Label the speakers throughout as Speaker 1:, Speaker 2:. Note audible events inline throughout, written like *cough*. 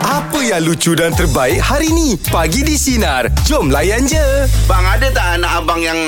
Speaker 1: Apa yang lucu dan terbaik hari ni? Pagi di Sinar. Jom layan je.
Speaker 2: Bang ada tak anak abang yang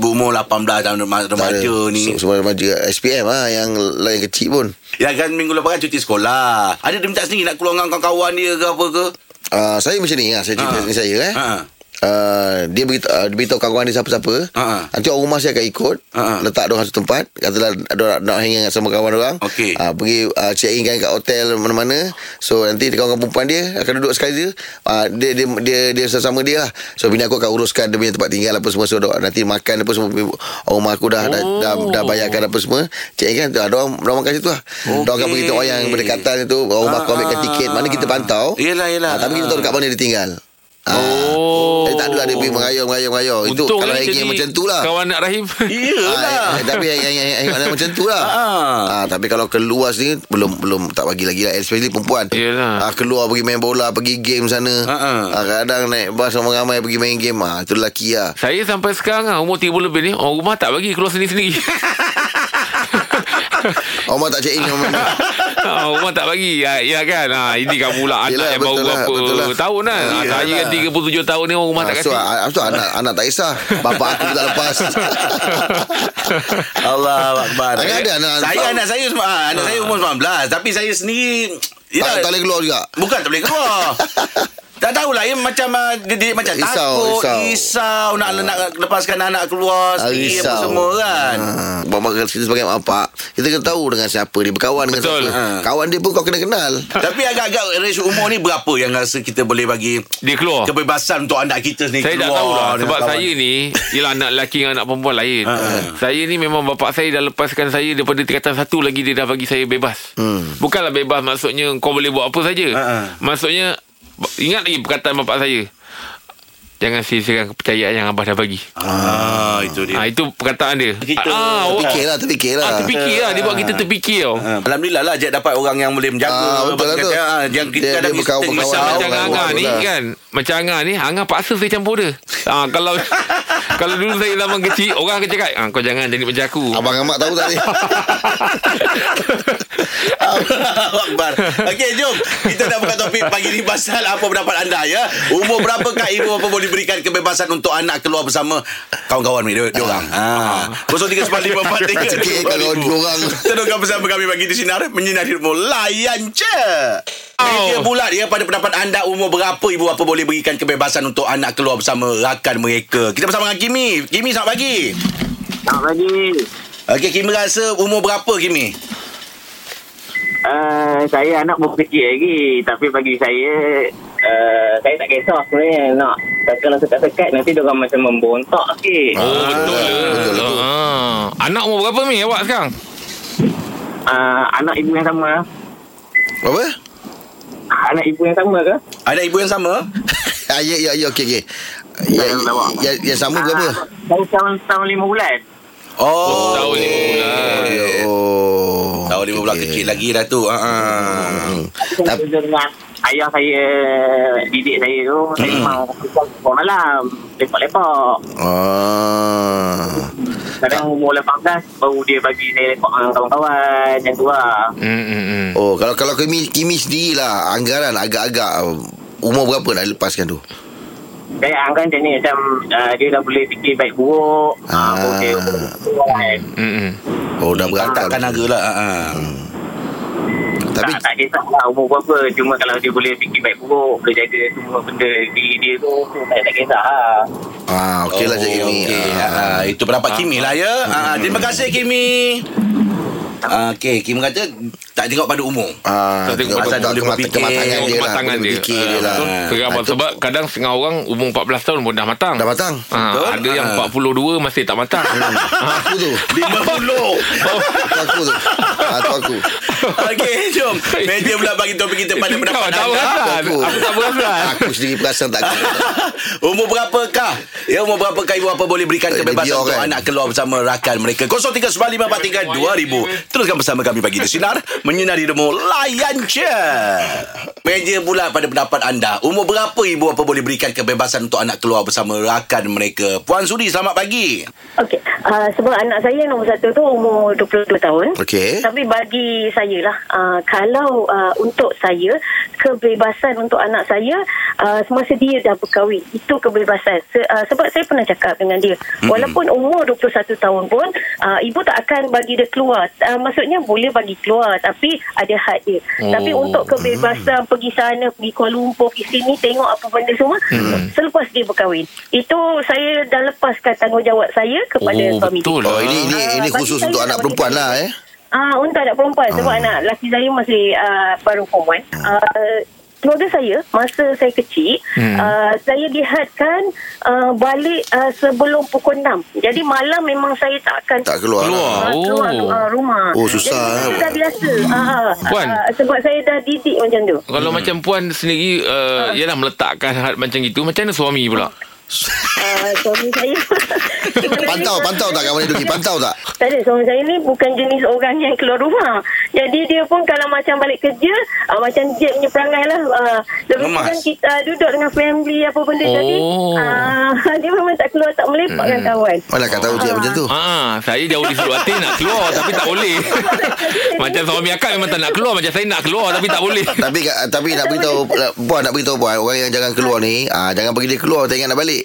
Speaker 2: Berumur 18 tahun remaja
Speaker 3: ada.
Speaker 2: ni
Speaker 3: Se- Semua remaja SPM lah Yang lain kecil pun
Speaker 2: Ya kan minggu lepas kan cuti sekolah Ada dia minta sendiri nak keluar dengan kawan-kawan dia ke apa ke
Speaker 3: uh, Saya macam ni lah Saya cerita
Speaker 2: Ha.
Speaker 3: ni saya eh
Speaker 2: Ha.
Speaker 3: Uh, dia beritahu, uh, dia beritahu kawan dia siapa-siapa
Speaker 2: Ha.
Speaker 3: Nanti orang rumah saya akan ikut
Speaker 2: Ha.
Speaker 3: Letak diorang satu tempat Katalah diorang nak hanging sama kawan orang
Speaker 2: Okey.
Speaker 3: uh, Pergi uh, check in kan kat hotel mana-mana So nanti kawan-kawan perempuan dia Akan duduk sekali dia uh, Dia dia dia, dia sama dia lah So bini aku akan uruskan Dia punya tempat tinggal apa semua So dok- nanti makan apa semua Orang rumah aku dah, oh. dah, dah, dah bayarkan apa semua Check in kan uh, Diorang, diorang makan situ lah okay. Diorang akan
Speaker 2: Okey.
Speaker 3: beritahu orang yang berdekatan tu Orang rumah aku
Speaker 2: Ah,
Speaker 3: Oh, ambilkan
Speaker 2: ah.
Speaker 3: tiket Mana kita pantau
Speaker 2: Yelah, yelah.
Speaker 3: Ah, Tapi kita tahu dekat mana dia tinggal Oh. Tapi tak adalah dia pergi mengayau-mengayau-mengayau. Itu
Speaker 4: Untung
Speaker 3: kalau
Speaker 4: kan
Speaker 3: hanging
Speaker 4: jadi
Speaker 3: macam tu lah.
Speaker 4: Kawan lah. nak
Speaker 3: *laughs*
Speaker 4: Rahim
Speaker 3: Ah, eh, eh, tapi yang yang yang, yang, yang macam tu
Speaker 4: *laughs*
Speaker 3: lah.
Speaker 2: Ah.
Speaker 3: Ah, tapi kalau keluar sini belum belum tak bagi lagi lah especially perempuan.
Speaker 4: Yelah.
Speaker 3: Ah, keluar pergi main bola, pergi game sana.
Speaker 2: Ah, ah.
Speaker 3: Ah, kadang naik bas sama ramai pergi main game. Ah, itu lelaki lah.
Speaker 4: Saya sampai sekarang lah, Umur 30 lebih ni Orang rumah tak bagi Keluar
Speaker 3: *laughs*
Speaker 4: sendiri-sendiri
Speaker 3: Omar Oh, tak check in sama
Speaker 4: *laughs*
Speaker 3: mana.
Speaker 4: ha, Rumah tak bagi ya, ya kan ha, Ini kamu lah Anak
Speaker 3: Yelah,
Speaker 4: yang baru
Speaker 3: betul lah,
Speaker 4: berapa
Speaker 3: betul lah.
Speaker 4: tahun lah ha,
Speaker 2: Yelah.
Speaker 4: Saya kan 37 tahun ni Orang rumah
Speaker 3: Ah,
Speaker 4: tak
Speaker 3: so,
Speaker 4: kasih
Speaker 3: ah, so, anak anak tak kisah. Bapak aku tak
Speaker 4: *laughs*
Speaker 3: lepas.
Speaker 2: *laughs* Allah Akbar
Speaker 3: Agak ada anak-
Speaker 2: Saya anak saya semua ah, Anak saya umur 19 Tapi saya sendiri ya,
Speaker 3: tak, tak boleh keluar juga.
Speaker 2: Bukan tak boleh
Speaker 3: *laughs*
Speaker 2: keluar Tak tahulah ya, Macam ah, dia, dia macam
Speaker 3: Risau,
Speaker 2: takut
Speaker 3: risau.
Speaker 2: Risau, risau nak, nak lepaskan anak keluar
Speaker 3: Ah,
Speaker 2: Sendiri apa
Speaker 3: risau.
Speaker 2: semua kan
Speaker 3: Ah, Bapak kita sebagai mak bapak Kita kena tahu dengan siapa dia Berkawan dengan
Speaker 4: Betul.
Speaker 3: siapa
Speaker 2: Ah.
Speaker 3: Kawan dia pun kau kena kenal
Speaker 2: Tapi agak-agak range umur ni berapa yang rasa kita boleh bagi
Speaker 4: Dia keluar
Speaker 2: kebebasan untuk anak kita sendiri
Speaker 4: Oh. Saya tak
Speaker 2: Eh, keluar
Speaker 4: tahu lah
Speaker 2: dengan
Speaker 4: Sebab
Speaker 2: kawan.
Speaker 4: saya ni Yelah anak lelaki Dengan anak perempuan lain
Speaker 2: Ha,
Speaker 4: Saya ni memang Bapak saya dah lepaskan saya Daripada tingkatan satu lagi Dia dah bagi saya bebas Bukanlah bebas Maksudnya Kau boleh buat apa saja
Speaker 2: Hmm. Ha, ha.
Speaker 4: Maksudnya ba- Ingat lagi perkataan bapak saya Jangan sisirkan kepercayaan Yang abah dah bagi
Speaker 2: Ah, itu dia.
Speaker 4: ha, Itu perkataan dia
Speaker 2: Kita
Speaker 4: Ah, awak-
Speaker 3: Fikirlah terfikirlah
Speaker 4: Ah, terfikir lah Dia buat kita terfikir tau
Speaker 2: Ah, Alhamdulillah lah Jack dapat orang yang boleh menjaga
Speaker 3: Ah, betul lah tu.
Speaker 2: Ah, Yang kita
Speaker 3: Dia-
Speaker 2: kadang
Speaker 3: dia berkawan-
Speaker 2: mistake
Speaker 3: berkawan.
Speaker 4: Macam
Speaker 2: risau.
Speaker 3: Tahu
Speaker 4: macam
Speaker 3: kan,
Speaker 4: Angah
Speaker 3: tahu
Speaker 4: ni
Speaker 3: lah.
Speaker 4: kan Macam Angah ni Angah paksa saya campur dia ha, Kalau
Speaker 2: *laughs*
Speaker 4: Kalau dulu saya zaman kecil Orang akan cakap ah, Kau jangan jadi macam aku
Speaker 3: Abang Amat tahu tak ni
Speaker 2: Allahu Akbar Okey jom Kita nak buka topik pagi ni Pasal apa pendapat anda ya Umur berapa kak ibu bapa boleh berikan kebebasan Untuk anak keluar bersama Kawan-kawan ni dia, dia orang ah. 039543
Speaker 3: Cekik kalau diorang
Speaker 2: Teruskan bersama kami bagi di Sinar Menyinari hidupmu Layan je Media
Speaker 4: Oh.
Speaker 2: bulat ya Pada pendapat anda Umur berapa ibu bapa boleh berikan kebebasan Untuk anak keluar bersama rakan mereka Kita bersama dengan Kimi Kimi selamat pagi
Speaker 5: Nak bagi
Speaker 2: Okey Kimi rasa umur berapa Kimi?
Speaker 5: uh, Saya anak baru kecil lagi Tapi bagi saya uh, Saya tak kisah sebenarnya Nak Kalau sekat-sekat Nanti diorang macam membontak sikit
Speaker 4: Oh betul lah
Speaker 3: betul lah tu.
Speaker 4: Ah. Anak umur berapa ni awak sekarang?
Speaker 5: uh, Anak ibu yang sama
Speaker 3: Apa?
Speaker 5: Anak ibu yang sama ke?
Speaker 2: Ada ibu yang sama?
Speaker 3: Ah, ya, ya, ya, okey, okey. Ya,
Speaker 5: Yang lawak.
Speaker 3: ya, yang sama ke
Speaker 5: Ah.
Speaker 3: apa?
Speaker 5: Baru tahun, tahun lima bulan
Speaker 2: Oh,
Speaker 4: Tahun
Speaker 2: okey.
Speaker 4: lima bulan.
Speaker 3: Ya, Oh.
Speaker 2: Tahun lima bulan
Speaker 3: Okey.
Speaker 2: kecil lagi dah tu ha.
Speaker 3: Hmm.
Speaker 5: Saya
Speaker 3: Tapi-
Speaker 5: kerja dengan Ayah saya Didik saya tu Saya memang Lepas malam Lepak-lepak
Speaker 3: Ah.
Speaker 5: Kadang umur 18 Baru dia bagi saya lepak Dengan kawan-kawan Macam tu lah
Speaker 4: Hmm, hmm, hmm.
Speaker 3: Oh, kalau kalau Kimi Kimi sendirilah anggaran agak-agak umur berapa nak lepaskan tu?
Speaker 5: Saya anggap macam kan ni Macam uh, Dia dah boleh fikir baik buruk
Speaker 3: Ah.
Speaker 5: ah. Boleh kan?
Speaker 4: Hmm, hmm.
Speaker 3: Oh, dah berantau.
Speaker 2: Berantakan harga lah ha.
Speaker 3: Tapi
Speaker 5: tak, tak kisah lah umur berapa Cuma kalau dia boleh fikir baik buruk Boleh jaga semua benda diri dia tu tu Tak, tak kisah lah
Speaker 3: ah okeylah Cik
Speaker 2: Oh,
Speaker 3: Kimi.
Speaker 2: okey.
Speaker 3: Ah.
Speaker 2: Ah, Itu pendapat Kimi lah ya Ah, Terima kasih Kimi Ah, Okey, Kimi kata tak tengok pada umur
Speaker 3: Ah,
Speaker 4: Tak tengok
Speaker 3: tengok
Speaker 2: pasal
Speaker 3: tak
Speaker 2: dia
Speaker 3: kemat-
Speaker 2: berfikir,
Speaker 3: kematangan dia lah.
Speaker 4: Kematangan dia.
Speaker 3: Fikir dia lah.
Speaker 4: Betul. Sekarang
Speaker 3: Ah,
Speaker 4: abang,
Speaker 3: tu-
Speaker 4: Sebab kadang setengah orang umur 14 tahun pun dah matang.
Speaker 3: Dah matang. Hmm.
Speaker 2: Betul.
Speaker 4: Ha, ada yang
Speaker 2: Ah.
Speaker 4: 42 masih tak matang. *laughs*
Speaker 3: Aku *laughs* tu.
Speaker 2: 50
Speaker 3: Tu aku tu. Ah, tu aku.
Speaker 2: Okey, jom. Meja pula bagi topik kita pada pendapat
Speaker 4: Kau lah. tak
Speaker 2: anda.
Speaker 4: perasan.
Speaker 3: Aku.
Speaker 4: Ah, Aku tak
Speaker 3: *laughs*
Speaker 4: lah. perasan.
Speaker 3: Aku sendiri perasan tak aku.
Speaker 2: *laughs* umur berapakah? Ya, umur berapakah ibu apa boleh berikan
Speaker 3: Eh,
Speaker 2: kebebasan
Speaker 3: dia
Speaker 2: untuk
Speaker 3: orang.
Speaker 2: anak keluar bersama rakan mereka? 0395432000. Teruskan bersama kami pagi di Sinar. Menyinari demo layan je. Meja pula pada pendapat anda Umur berapa ibu bapa boleh berikan kebebasan Untuk anak keluar bersama rakan mereka Puan Suri selamat pagi
Speaker 6: Okey, uh, sebab anak saya nombor satu tu umur 22 tahun.
Speaker 3: Okey.
Speaker 6: Tapi bagi saya lah, uh, kalau uh, untuk saya, kebebasan untuk anak saya, uh, semasa dia dah berkahwin, itu kebebasan. Se- uh, sebab saya pernah cakap dengan dia, mm-hmm. walaupun umur 21 tahun pun, uh, ibu tak akan bagi dia keluar. Uh, maksudnya boleh bagi keluar, tapi ada had dia.
Speaker 4: Oh.
Speaker 6: Oh. Tapi untuk kebebasan mm. pergi sana, pergi Kuala Lumpur, pergi sini, tengok apa benda semua, mm. selepas dia berkahwin. Itu saya dah lepaskan tanggungjawab saya kepada
Speaker 4: Oh,
Speaker 6: suami
Speaker 4: betul
Speaker 6: dia.
Speaker 4: lah.
Speaker 3: Oh ini ini
Speaker 6: Ah,
Speaker 3: ini
Speaker 6: bagi
Speaker 3: khusus
Speaker 6: saya
Speaker 3: untuk
Speaker 6: tak
Speaker 3: anak
Speaker 6: boleh
Speaker 3: perempuan
Speaker 6: jadi.
Speaker 3: lah eh.
Speaker 6: Ah, untuk anak perempuan sebab anak laki saya masih uh, baru perempuan.
Speaker 3: Ah.
Speaker 6: Uh, keluarga saya masa saya kecil hmm. uh, saya dihadkan uh, balik uh, sebelum pukul 6. Jadi malam memang saya tak akan
Speaker 3: Tak keluar.
Speaker 4: Keluar.
Speaker 3: Lah.
Speaker 6: Ah,
Speaker 4: Oh.
Speaker 6: keluar uh, rumah.
Speaker 3: Oh, susah,
Speaker 6: Jadi,
Speaker 3: eh.
Speaker 6: Dah biasa. Ah,
Speaker 4: Puan.
Speaker 6: ah, sebab saya dah didik macam tu.
Speaker 4: Kalau hmm. macam puan sendiri uh, Yalah meletakkan hal macam itu Macam mana suami pula
Speaker 6: Ah, suami saya sebenarnya-
Speaker 3: *laughs* Pantau pantau tak kawan Duki? Pantau tak?
Speaker 6: Tak ada suami saya ni bukan jenis orang yang keluar rumah. Jadi dia pun kalau macam balik kerja uh, macam jet punya perangai lah. Uh, lebih
Speaker 2: Lemas.
Speaker 6: kurang kita uh, duduk dengan family apa benda
Speaker 4: Oh.
Speaker 6: jadi uh, *laughs* dia memang tak keluar tak melepak dengan
Speaker 3: Hmm.
Speaker 6: kawan.
Speaker 3: Mana kau tahu je macam tu.
Speaker 4: Ha, saya jauh disuruh hati nak keluar tapi tak boleh. *laughs* macam suami akak memang tak nak keluar, macam saya nak keluar tapi tak boleh.
Speaker 3: Tapi ka- tapi nak beritahu puan nak beritahu puan orang yang jangan keluar ni ah jangan pergi dia keluar tak ingat nak
Speaker 4: *laughs*
Speaker 3: balik.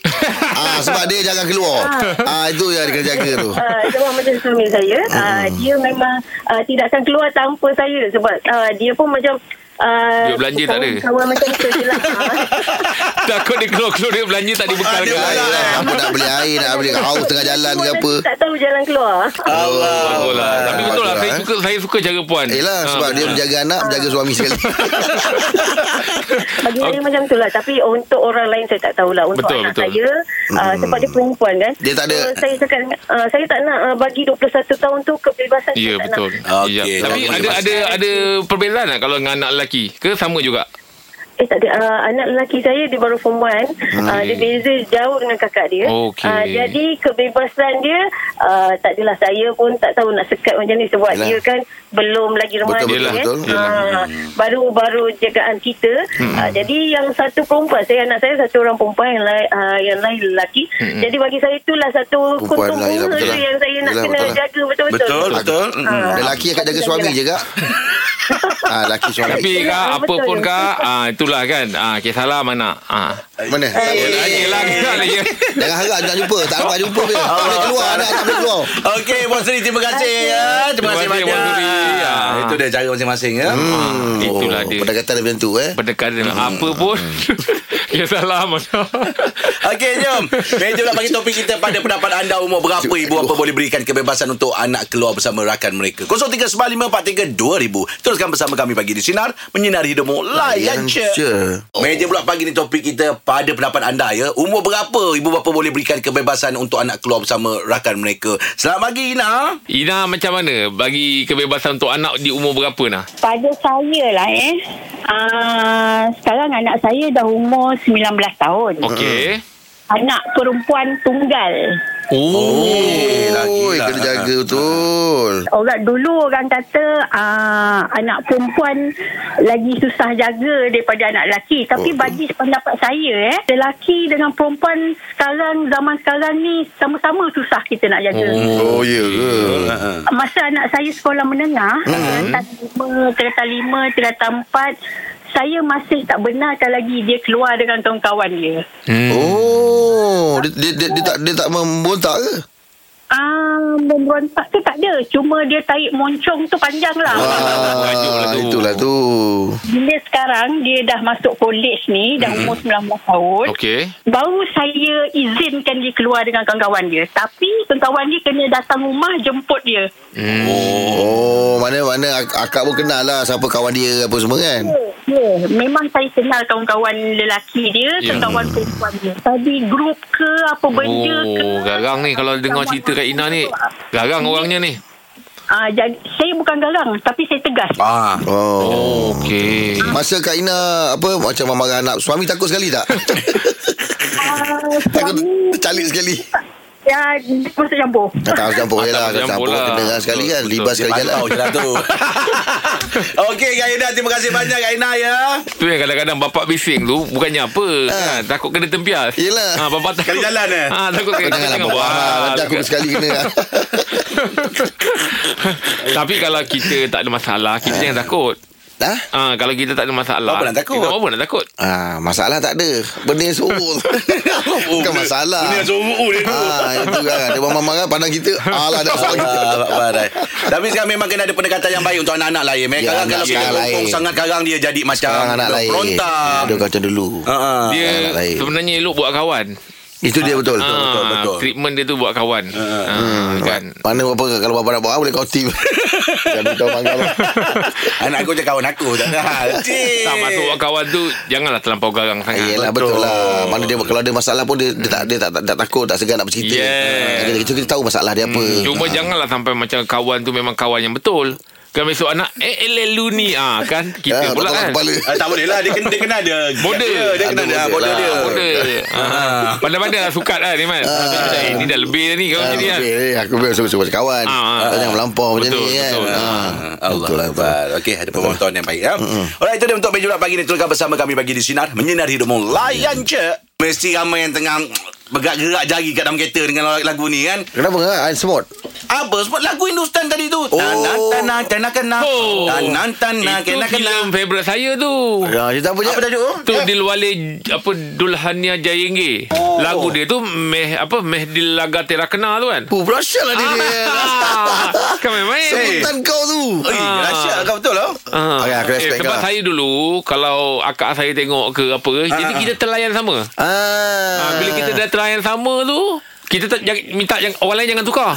Speaker 3: ah sebab dia jangan keluar. Ah itu yang dia kena jaga tu.
Speaker 6: Uh, sebab macam suami saya
Speaker 3: Hmm.
Speaker 6: uh, Dia memang uh, Tidak akan keluar tanpa saya Sebab uh, dia pun macam uh,
Speaker 4: Duit belanja tak ada?
Speaker 6: Kawan macam tu je
Speaker 3: *laughs*
Speaker 6: lah Ah.
Speaker 4: Takut dia keluar-keluar dia belanja tak
Speaker 2: Ah, dia
Speaker 4: dibekalkan.
Speaker 2: belanja.
Speaker 3: Air, lah. apa nak beli air nak beli haus tengah jalan ke apa.
Speaker 6: Tak tahu jalan keluar
Speaker 4: Bagus lah.
Speaker 3: Ah,
Speaker 4: Tapi betul lah,
Speaker 3: bagus lah,
Speaker 4: saya
Speaker 3: eh.
Speaker 4: suka saya suka cara puan.
Speaker 3: Yelah
Speaker 4: Ah,
Speaker 3: Eh lah, sebab dia
Speaker 4: betul.
Speaker 3: menjaga anak Menjaga suami sekali
Speaker 6: Bagi saya macam tu lah Tapi untuk orang lain Saya tak tahulah Untuk
Speaker 4: Betul,
Speaker 6: anak
Speaker 4: betul.
Speaker 6: saya uh, Sebab dia perempuan kan
Speaker 3: Hmm. Dia tak ada-
Speaker 6: so, Saya cakap uh, Saya tak nak uh, Bagi 21 tahun tu Kebebasan
Speaker 4: Ya
Speaker 6: saya tak
Speaker 4: betul.
Speaker 6: nak.
Speaker 2: Okey,
Speaker 4: Ya.
Speaker 2: tak
Speaker 4: Tapi
Speaker 2: boleh
Speaker 4: ada ada ada perbezaan tak kalau dengan anak lelaki? Ke sama juga?
Speaker 6: Eh tak ada uh, Anak lelaki saya Dia baru form 1 uh, Dia beza jauh dengan kakak dia
Speaker 4: Okey.
Speaker 6: uh, Jadi kebebasan dia uh, Tak adalah saya pun Tak tahu nak sekat macam ni Sebab
Speaker 3: Yelah.
Speaker 6: dia kan Belum lagi remaja
Speaker 3: Betul,
Speaker 4: betul,
Speaker 6: kan?
Speaker 3: betul. Hmm,
Speaker 6: Ah, Baru-baru jagaan kita hmm. uh, Jadi yang satu perempuan Saya anak saya Satu orang perempuan Yang lain, uh, yang lain lelaki hmm. Jadi bagi saya itulah Satu
Speaker 3: Perempuan
Speaker 6: kuntung
Speaker 3: lah, yelah,
Speaker 6: bunga
Speaker 3: betul
Speaker 6: tu
Speaker 3: lah.
Speaker 6: Yang saya nak
Speaker 3: Yelah,
Speaker 6: kena
Speaker 3: betul lah.
Speaker 6: jaga Betul-betul
Speaker 2: Betul betul Mm.
Speaker 6: Ah.
Speaker 3: Lelaki akan jaga suami je kak ah, Lelaki suami
Speaker 4: Tapi
Speaker 6: Betul,
Speaker 4: kak apa
Speaker 6: betul.
Speaker 4: pun kak, ah itulah kan. Ah kisahlah mana. Ah.
Speaker 3: Mana
Speaker 4: Yelah, yelah, yelah.
Speaker 3: Jangan harap nak jumpa Tak dapat jumpa dia Tak boleh keluar anak Tak boleh keluar
Speaker 2: Okey, Puan Suri, terima kasih ya. Terima kasih
Speaker 4: Terima kasih,
Speaker 2: banyak.
Speaker 4: Puan Suri. Ya.
Speaker 2: Ah, Itu dia cara masing-masing ya.
Speaker 3: Hmm.
Speaker 4: Ah, Itulah dia.
Speaker 3: Oh, Pendekatan dia macam tu eh
Speaker 4: Pendekatan apa pun. *laughs* Kisahlah mana.
Speaker 2: Okey, jom. Meja pula bagi topik kita pada pendapat anda umur berapa ibu bapa boleh berikan kebebasan untuk anak keluar bersama rakan mereka. 0395432000. Teruskan bersama kami pagi di sinar menyinari hidupmu layan je. Oh. Meja pula pagi ni topik kita pada pendapat anda ya. Umur berapa ibu bapa boleh berikan kebebasan untuk anak keluar bersama rakan mereka. Selamat pagi Ina.
Speaker 4: Ina macam mana bagi kebebasan untuk anak di umur berapa nah?
Speaker 7: Pada saya lah eh. Uh, sekarang anak saya dah umur 19 tahun.
Speaker 4: Okey.
Speaker 7: Anak perempuan tunggal.
Speaker 4: Oh.
Speaker 3: Oi, kena jaga betul
Speaker 7: Orang dulu orang kata uh, anak perempuan lagi susah jaga daripada anak lelaki. Tapi
Speaker 3: Oh.
Speaker 7: oh. bagi pendapat saya eh, lelaki dengan perempuan sekarang zaman sekarang ni sama-sama susah kita nak jaga. Oh.
Speaker 3: Oh ya ke
Speaker 7: Masa anak saya sekolah menengah, hmm. kereta lima, kereta lima, kereta empat, saya masih tak benarkan lagi dia keluar dengan kawan-kawan dia.
Speaker 4: Hmm.
Speaker 3: Oh dia, dia, dia, dia tak dia tak membontak ke
Speaker 7: Ah, memberontak tu tak ada. Cuma dia tarik moncong tu panjang lah.
Speaker 3: Wah, Ah, itulah tu
Speaker 7: Bila sekarang dia dah masuk college ni, dah umur 19 tahun.
Speaker 4: Mhm. Okey.
Speaker 7: Baru saya izinkan dia keluar dengan kawan-kawan dia. Tapi kawan-kawan dia kena datang rumah jemput dia.
Speaker 4: Hmm.
Speaker 3: Oh mana-mana ak- akak pun kenal lah Siapa kawan dia apa semua kan
Speaker 7: Ya, Yeah. Memang saya kenal kawan-kawan lelaki dia,
Speaker 4: Ya.
Speaker 7: yeah. kawan perempuan dia. Tadi grup ke apa benda ke.
Speaker 4: Oh, garang ni kalau dengar cerita Kak Ina ni. Garang orangnya ni.
Speaker 7: Ah, jadi, saya bukan garang tapi saya tegas.
Speaker 2: Ah.
Speaker 3: Oh
Speaker 4: Oh, okey.
Speaker 3: Masa Kak Ina apa macam
Speaker 2: *laughs*
Speaker 3: marah anak suami takut sekali tak?
Speaker 7: Ah,
Speaker 3: takut
Speaker 7: suami
Speaker 3: tercalik sekali.
Speaker 7: Ya, masuk campur.
Speaker 3: Tak harus campur je lah
Speaker 4: Tak harus
Speaker 3: Kalau
Speaker 4: campur
Speaker 3: campur
Speaker 4: lah.
Speaker 3: kena kan sekali kan
Speaker 4: Betul,
Speaker 3: Libas
Speaker 4: betul.
Speaker 3: sekali jalan
Speaker 2: Pantau je lah tu Okey Kak Aina Terima kasih banyak Kak Aina ya
Speaker 4: Tu yang kadang-kadang bapak bising tu Bukannya apa ha. Ha, Takut kena
Speaker 3: Ah.
Speaker 4: tempias
Speaker 3: Yelah.
Speaker 4: ha, Bapak takut
Speaker 2: Sekali jalan, eh?
Speaker 4: ha, Takut
Speaker 3: Kau
Speaker 4: kena
Speaker 3: *laughs*
Speaker 4: Ah,
Speaker 3: janganlah
Speaker 4: tengah
Speaker 3: bawa
Speaker 4: buat.
Speaker 3: Nanti *laughs* aku sekali
Speaker 2: *laughs*
Speaker 3: kena
Speaker 4: Tapi kalau kita tak ada masalah Kita jangan takut
Speaker 3: Dah
Speaker 4: ha, Kalau kita tak ada masalah
Speaker 2: Apa nak takut?
Speaker 4: Kita apa nak takut
Speaker 3: Ah, masalah tak ada Benda yang
Speaker 2: *laughs*
Speaker 3: sorok Bukan masalah
Speaker 2: Ini yang suruh dia tu
Speaker 3: Ah, itu kan Dia marah-marah pandang kita Alah dah
Speaker 2: *laughs*
Speaker 3: sorok kita
Speaker 2: Ah, barai. Tapi sekarang memang kena ada pendekatan yang baik untuk anak-anak lain. Memang
Speaker 3: Ya,
Speaker 2: kalau
Speaker 3: anak
Speaker 2: kalau kita
Speaker 3: sekarang
Speaker 2: lain.
Speaker 3: lain.
Speaker 2: sangat karang dia jadi macam
Speaker 3: Sekarang Ah, anak lain
Speaker 2: Ya, berontak.
Speaker 3: Dia kacau dulu
Speaker 2: Ha, ha.
Speaker 4: Dia
Speaker 3: Ah, anak lain.
Speaker 4: sebenarnya elok buat kawan
Speaker 3: Itu dia betul
Speaker 4: Ah,
Speaker 2: betul, betul. Ah,
Speaker 4: Treatment dia tu buat kawan ha, kan?
Speaker 3: Mana apa Kalau bapa nak buat ah, Boleh kau
Speaker 2: *laughs*
Speaker 3: tip Jangan kau panggil
Speaker 2: Anak aku je kawan aku tak ada *laughs* hal. Cik.
Speaker 4: Tak masuk buat kawan tu Janganlah terlampau garang sangat
Speaker 3: Yelah betul. betul lah Mana dia Kalau ada masalah pun Dia, dia, tak, dia tak, tak, tak takut Tak segan nak bercerita
Speaker 4: Yeah. Hmm,
Speaker 3: Jadi kita, kita tahu masalah dia apa
Speaker 4: Mm-hmm.
Speaker 3: Ah.
Speaker 4: Cuma janganlah sampai macam kawan tu Memang kawan yang betul Kan besok anak Eh eleh lu ni ah, Kan
Speaker 3: Ah,
Speaker 4: kita pula
Speaker 3: patah
Speaker 4: kan
Speaker 3: kepala.
Speaker 2: Ah, tak boleh lah dia kena, dia kena ada
Speaker 4: Border.
Speaker 2: dia, dia kena
Speaker 3: Ada
Speaker 2: ada
Speaker 3: border
Speaker 2: border
Speaker 3: lah.
Speaker 2: dia.
Speaker 4: Order Ah. Pandai-pandai lah sukat lah ni man Eh, Ini dah lebih dah ni Kau
Speaker 3: Ah,
Speaker 4: jadi kan
Speaker 3: okey, aku biar suka-suka kawan.
Speaker 4: Ah, ah,
Speaker 3: Kau jangan melampau macam
Speaker 4: Betul,
Speaker 3: ni kan.
Speaker 4: betul.
Speaker 3: Ah,
Speaker 2: Allah
Speaker 3: betul lah, betul.
Speaker 2: Akbar. Okey, ada pemotongan yang baik. Ya? Alright, itu dia untuk meja bulat pagi ni. Teruskan bersama kami bagi di Sinar. Menyinari hidupmu. Layan je. Mesti ramai yang tengah bergerak-gerak jari kat dalam kereta dengan lagu ni kan.
Speaker 3: Kenapa kan? I'm smart.
Speaker 2: Apa sebab lagu Hindustan tadi tu? Tanah, tanah, tanah, kena.
Speaker 4: Oh.
Speaker 2: Tanah, tanah,
Speaker 4: Itu
Speaker 2: kena, kena.
Speaker 4: filem favourite saya tu
Speaker 3: Ya, cerita apa je?
Speaker 2: Apa tajuk?
Speaker 4: Tu Dilwale apa Dulhania Jayenge.
Speaker 2: Oh.
Speaker 4: Lagu dia tu meh apa Mehdil Laga Terakena tu kan.
Speaker 3: Puh, Russia lah dia.
Speaker 4: Ah, kan main-main.
Speaker 3: *laughs* Sebutan kau tu.
Speaker 2: Eh, Rasyak kau betul lah.
Speaker 4: Ah.
Speaker 3: Okey, aku respect
Speaker 4: eh, sebab
Speaker 3: kau.
Speaker 4: saya dulu kalau akak saya tengok ke apa ke, jadi kita terlayan sama.
Speaker 3: Ah.
Speaker 4: Ah, bila kita dah terlayan sama tu, kita tak jangan- minta yang orang lain jangan tukar.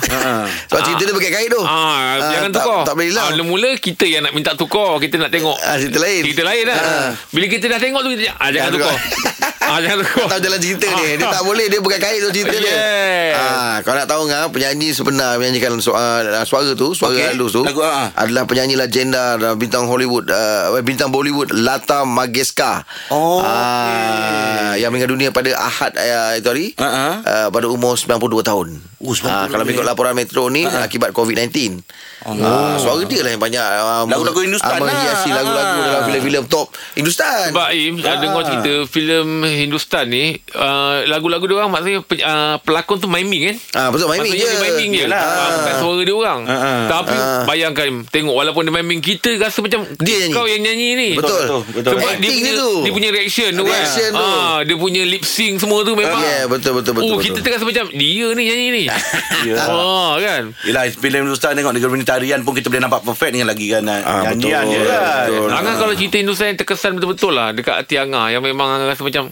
Speaker 3: Sebab cerita dia berkait-kait tu.
Speaker 4: Ah, jangan
Speaker 3: Ah. tak-
Speaker 4: tukar.
Speaker 3: Tak boleh hilang.
Speaker 4: Ah, mula kita yang nak minta tukar, kita nak tengok.
Speaker 3: Ah, cerita lain.
Speaker 4: Cerita lain lah.
Speaker 3: Ah.
Speaker 4: Bila kita dah tengok tu kita ah, jangan
Speaker 3: Jangan
Speaker 4: tukar.
Speaker 3: tukar.
Speaker 4: ah, jangan tukar.
Speaker 3: *laughs* Tak tahu jalan cerita ni Dia tak boleh Dia berkait-kait tu cerita dia
Speaker 4: Yes.
Speaker 3: Ah, Kau nak tahu ngah Penyanyi sebenar Menyanyikan suara, suara tu Suara
Speaker 2: Okey.
Speaker 3: okay. halus tu
Speaker 2: Lagu, ah.
Speaker 3: Adalah penyanyi legenda dan Bintang Hollywood uh, Bintang Bollywood Lata Mageskar
Speaker 2: Oh,
Speaker 3: ah, Yang meninggal dunia pada Ahad uh, Itu hari
Speaker 2: Ah, ah.
Speaker 3: uh, Pada umur 92 tahun
Speaker 2: Oh, 92
Speaker 3: Ah, Kalau mengikut laporan Metro ni
Speaker 2: Ah,
Speaker 3: Akibat COVID-19 Ah, Suara dia lah yang banyak ah,
Speaker 2: Oh, Lagu-lagu Hindustan
Speaker 3: ah, Menghiasi
Speaker 2: lah.
Speaker 3: lagu-lagu
Speaker 2: Ah.
Speaker 3: Dalam filem-filem top Hindustan
Speaker 4: Sebab Im ah. Dengar cerita Filem Hindustan ni uh, Lagu-lagu dia orang Maksudnya pe- uh, Pelakon tu miming kan
Speaker 3: Ah, betul miming
Speaker 4: Maksudnya
Speaker 3: je.
Speaker 4: dia miming je
Speaker 2: Yelah.
Speaker 4: Ah, Bukan suara dia orang
Speaker 2: ah.
Speaker 4: Tapi
Speaker 3: Ah.
Speaker 4: bayangkan Im, Tengok walaupun dia miming Kita rasa macam
Speaker 3: Dia nyanyi.
Speaker 4: Kau yang nyanyi ni
Speaker 3: Eh, Betul.
Speaker 2: Betul, betul.
Speaker 4: Sebab dia
Speaker 3: Acting
Speaker 4: punya,
Speaker 3: dia tu.
Speaker 4: dia punya reaction tu kan
Speaker 3: Reaction tu.
Speaker 4: ah, Dia punya lip sync semua tu memang
Speaker 3: Ya, betul, betul, betul,
Speaker 4: Oh
Speaker 3: betul. Ya.
Speaker 4: kita terasa macam Dia ni nyanyi
Speaker 3: *laughs*
Speaker 4: ni Wah kan
Speaker 2: Yelah filem Hindustan tengok Negeri ni tarian pun Kita boleh nampak perfect dengan lagi kan ah, Nyanyian
Speaker 3: betul,
Speaker 2: dia kan
Speaker 3: betul.
Speaker 4: Angah kalau cerita Hindustan yang terkesan betul-betul lah dekat hati Angah yang memang Angah rasa macam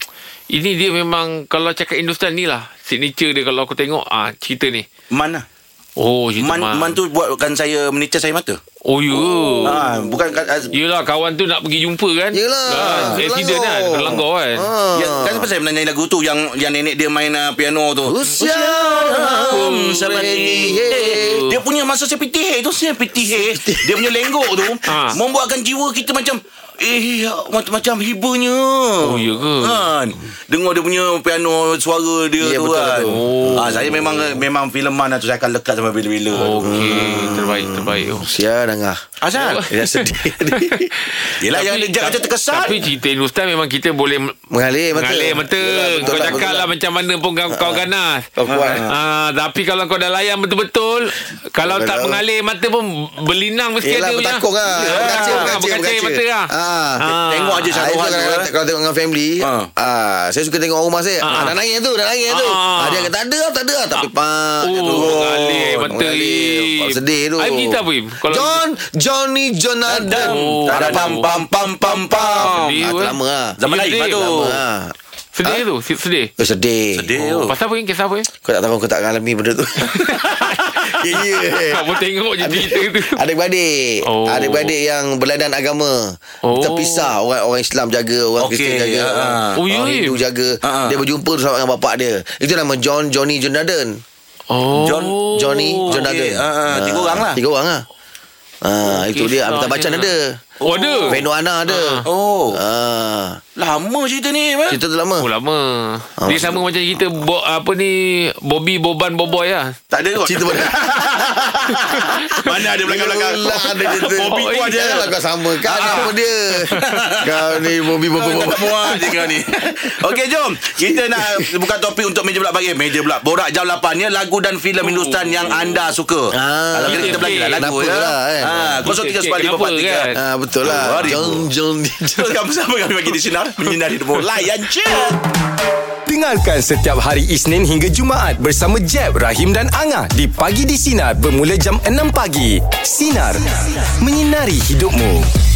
Speaker 4: ini dia memang kalau cakap Hindustan ni lah signature dia kalau aku tengok ah cerita ni.
Speaker 2: Mana?
Speaker 4: Oh cerita
Speaker 2: lah. Man, man tu buatkan saya menicah saya mata
Speaker 4: Oh ya.
Speaker 2: oh.
Speaker 4: Yeah.
Speaker 2: ah, Bukan ah,
Speaker 4: Yelah kawan tu nak pergi jumpa kan
Speaker 3: Yelah, Ah.
Speaker 4: kan, Accident
Speaker 3: terlanggar.
Speaker 4: kan Terlanggar kan
Speaker 2: Ya, kan sebab saya menyanyi lagu tu Yang yang nenek dia main uh, piano tu
Speaker 3: Usia Hmm,
Speaker 2: Kum sereni Eh, Dia punya masa saya pitih tu Saya pitih Dia punya lenggok
Speaker 3: *laughs*
Speaker 2: tu
Speaker 3: Ha.
Speaker 4: Ah.
Speaker 2: Membuatkan jiwa kita macam Eh macam, macam hibanya
Speaker 4: Oh, ya ke?
Speaker 2: Kan Dengar dia punya piano Suara dia
Speaker 3: Ya,
Speaker 2: tu
Speaker 3: betul
Speaker 2: kan
Speaker 3: tu.
Speaker 2: oh. ah, Saya memang Memang fileman lah tu Saya akan lekat sampai bila-bila
Speaker 3: Oh.
Speaker 4: Okey Terbaik Terbaik oh.
Speaker 3: Sia dengah
Speaker 2: Asal
Speaker 3: *laughs* Dia sedih
Speaker 2: Yelah yang dia jangan macam terkesan
Speaker 4: Tapi cerita Hindustan memang kita boleh
Speaker 3: Mengalir mata
Speaker 4: Mengalir mata
Speaker 3: Yelah, betul
Speaker 4: Kau
Speaker 3: lah, Ah.
Speaker 4: cakap
Speaker 3: betul
Speaker 4: lah macam mana pun kau, kau ganas
Speaker 3: Kau kuat.
Speaker 4: Ah, Tapi kalau kau dah layan betul-betul Kalau
Speaker 3: Kau
Speaker 4: tak
Speaker 3: tahu.
Speaker 4: mengalir mata pun Berlinang mesti
Speaker 3: Yelah,
Speaker 4: ada punya.
Speaker 3: bertakung lah.
Speaker 4: Yelah,
Speaker 3: Berkaca,
Speaker 4: berkaca,
Speaker 3: berkaca, berkaca.
Speaker 4: mata lah
Speaker 3: Ah.
Speaker 4: Ah.
Speaker 2: Tengok aje
Speaker 3: Ah,
Speaker 2: Syarohan tu
Speaker 3: itu kadang-kadang
Speaker 2: eh.
Speaker 3: kalau tengok dengan family
Speaker 2: Ah.
Speaker 3: ah. Saya suka tengok orang rumah saya
Speaker 4: Ah.
Speaker 3: ah. Dah nangis tu Dah nangis tu
Speaker 4: Ah.
Speaker 3: ah, Dia kata tak ada lah, Tak ada lah." Tapi pak dia
Speaker 4: Oh,
Speaker 3: turun.
Speaker 4: mengalir mata
Speaker 3: Mengalir.
Speaker 4: Im.
Speaker 3: Sedih tu
Speaker 4: Aib cerita apa Im? Kalau-
Speaker 3: John Johnny Jonathan
Speaker 4: Oh,
Speaker 2: Tada,
Speaker 4: ada.
Speaker 2: Pam pam pam pam pam
Speaker 4: Sedih
Speaker 3: Ah,
Speaker 4: tu, eh.
Speaker 3: lama lah
Speaker 2: Zaman
Speaker 4: Sedih,
Speaker 2: lain tu
Speaker 4: lama.
Speaker 3: ah.
Speaker 4: Sedih tu si- Sedih
Speaker 3: Eh, sedih.
Speaker 2: Sedih tu
Speaker 4: Oh, Pasal apa Im? Kisah apa Im?
Speaker 3: Kau tak tahu kau tak alami benda tu *laughs* Ya ya
Speaker 4: Kau pun tengok je cerita tu
Speaker 3: Adik-beradik
Speaker 4: Oh.
Speaker 3: oh. Adik-beradik yang berladan agama
Speaker 4: Oh.
Speaker 3: oh. Terpisah Orang orang Islam jaga Orang
Speaker 2: Okey,
Speaker 3: Kristian jaga
Speaker 2: ah,
Speaker 3: orang,
Speaker 4: ah. Oh,
Speaker 3: orang
Speaker 4: ya,
Speaker 3: Hindu
Speaker 4: eh.
Speaker 3: jaga
Speaker 2: Ah, ah.
Speaker 3: Dia berjumpa tu sama dengan bapak dia Itu nama John Johnny Jonathan
Speaker 4: Oh
Speaker 2: John-
Speaker 3: Johnny
Speaker 2: okey,
Speaker 3: Jonathan
Speaker 2: ah, ah, tiga
Speaker 3: Ah,
Speaker 2: orang lah.
Speaker 3: Tiga orang lah Ah,
Speaker 4: Okey, Oh,
Speaker 3: itu dia Amitabh Bachchan
Speaker 4: kisahnya.
Speaker 3: ada
Speaker 4: Oh ada
Speaker 3: Veno Ana ada
Speaker 2: Oh
Speaker 3: Ah.
Speaker 2: Lama cerita ni Mat.
Speaker 3: Cerita tu lama
Speaker 4: Oh lama
Speaker 3: Ah,
Speaker 4: Dia
Speaker 3: maksud-
Speaker 4: sama macam kita bo, Apa ni Bobby Boban Boboy lah
Speaker 2: Tak ada kot
Speaker 3: Cerita mana?
Speaker 2: *laughs* Mana ada belakang-belakang
Speaker 3: Yelah, ada cerita.
Speaker 2: Bobby
Speaker 4: Oh,
Speaker 2: tu ada Ha,
Speaker 3: Janganlah kau sama Kau sama
Speaker 2: *laughs*
Speaker 3: dia Kau ni Bobby
Speaker 2: Kau
Speaker 3: Bobby
Speaker 2: tak
Speaker 3: Bobby
Speaker 2: muat je kau ni Okey jom Kita nak Buka topik untuk meja bulat pagi Meja bulat Borak jam 8 ya Lagu dan filem Hindustan Yang anda suka
Speaker 3: Ah.
Speaker 2: Kalau kita kita
Speaker 4: Okey,
Speaker 2: bagi lah lagu
Speaker 3: kenapa
Speaker 2: ya
Speaker 3: lah, kan?
Speaker 2: Ah,
Speaker 4: Kenapa,
Speaker 2: 039543
Speaker 4: kan?
Speaker 3: Ah betul lah.
Speaker 2: Hari
Speaker 3: Jong jong
Speaker 2: Teruskan bersama kami bagi di Sinar Menyinari Demo Layan je
Speaker 1: Dengarkan setiap hari Isnin hingga Jumaat bersama Jeb, Rahim dan Angah di Pagi di Sinar bermula jam 6 pagi. Sinar. Menyinari hidupmu.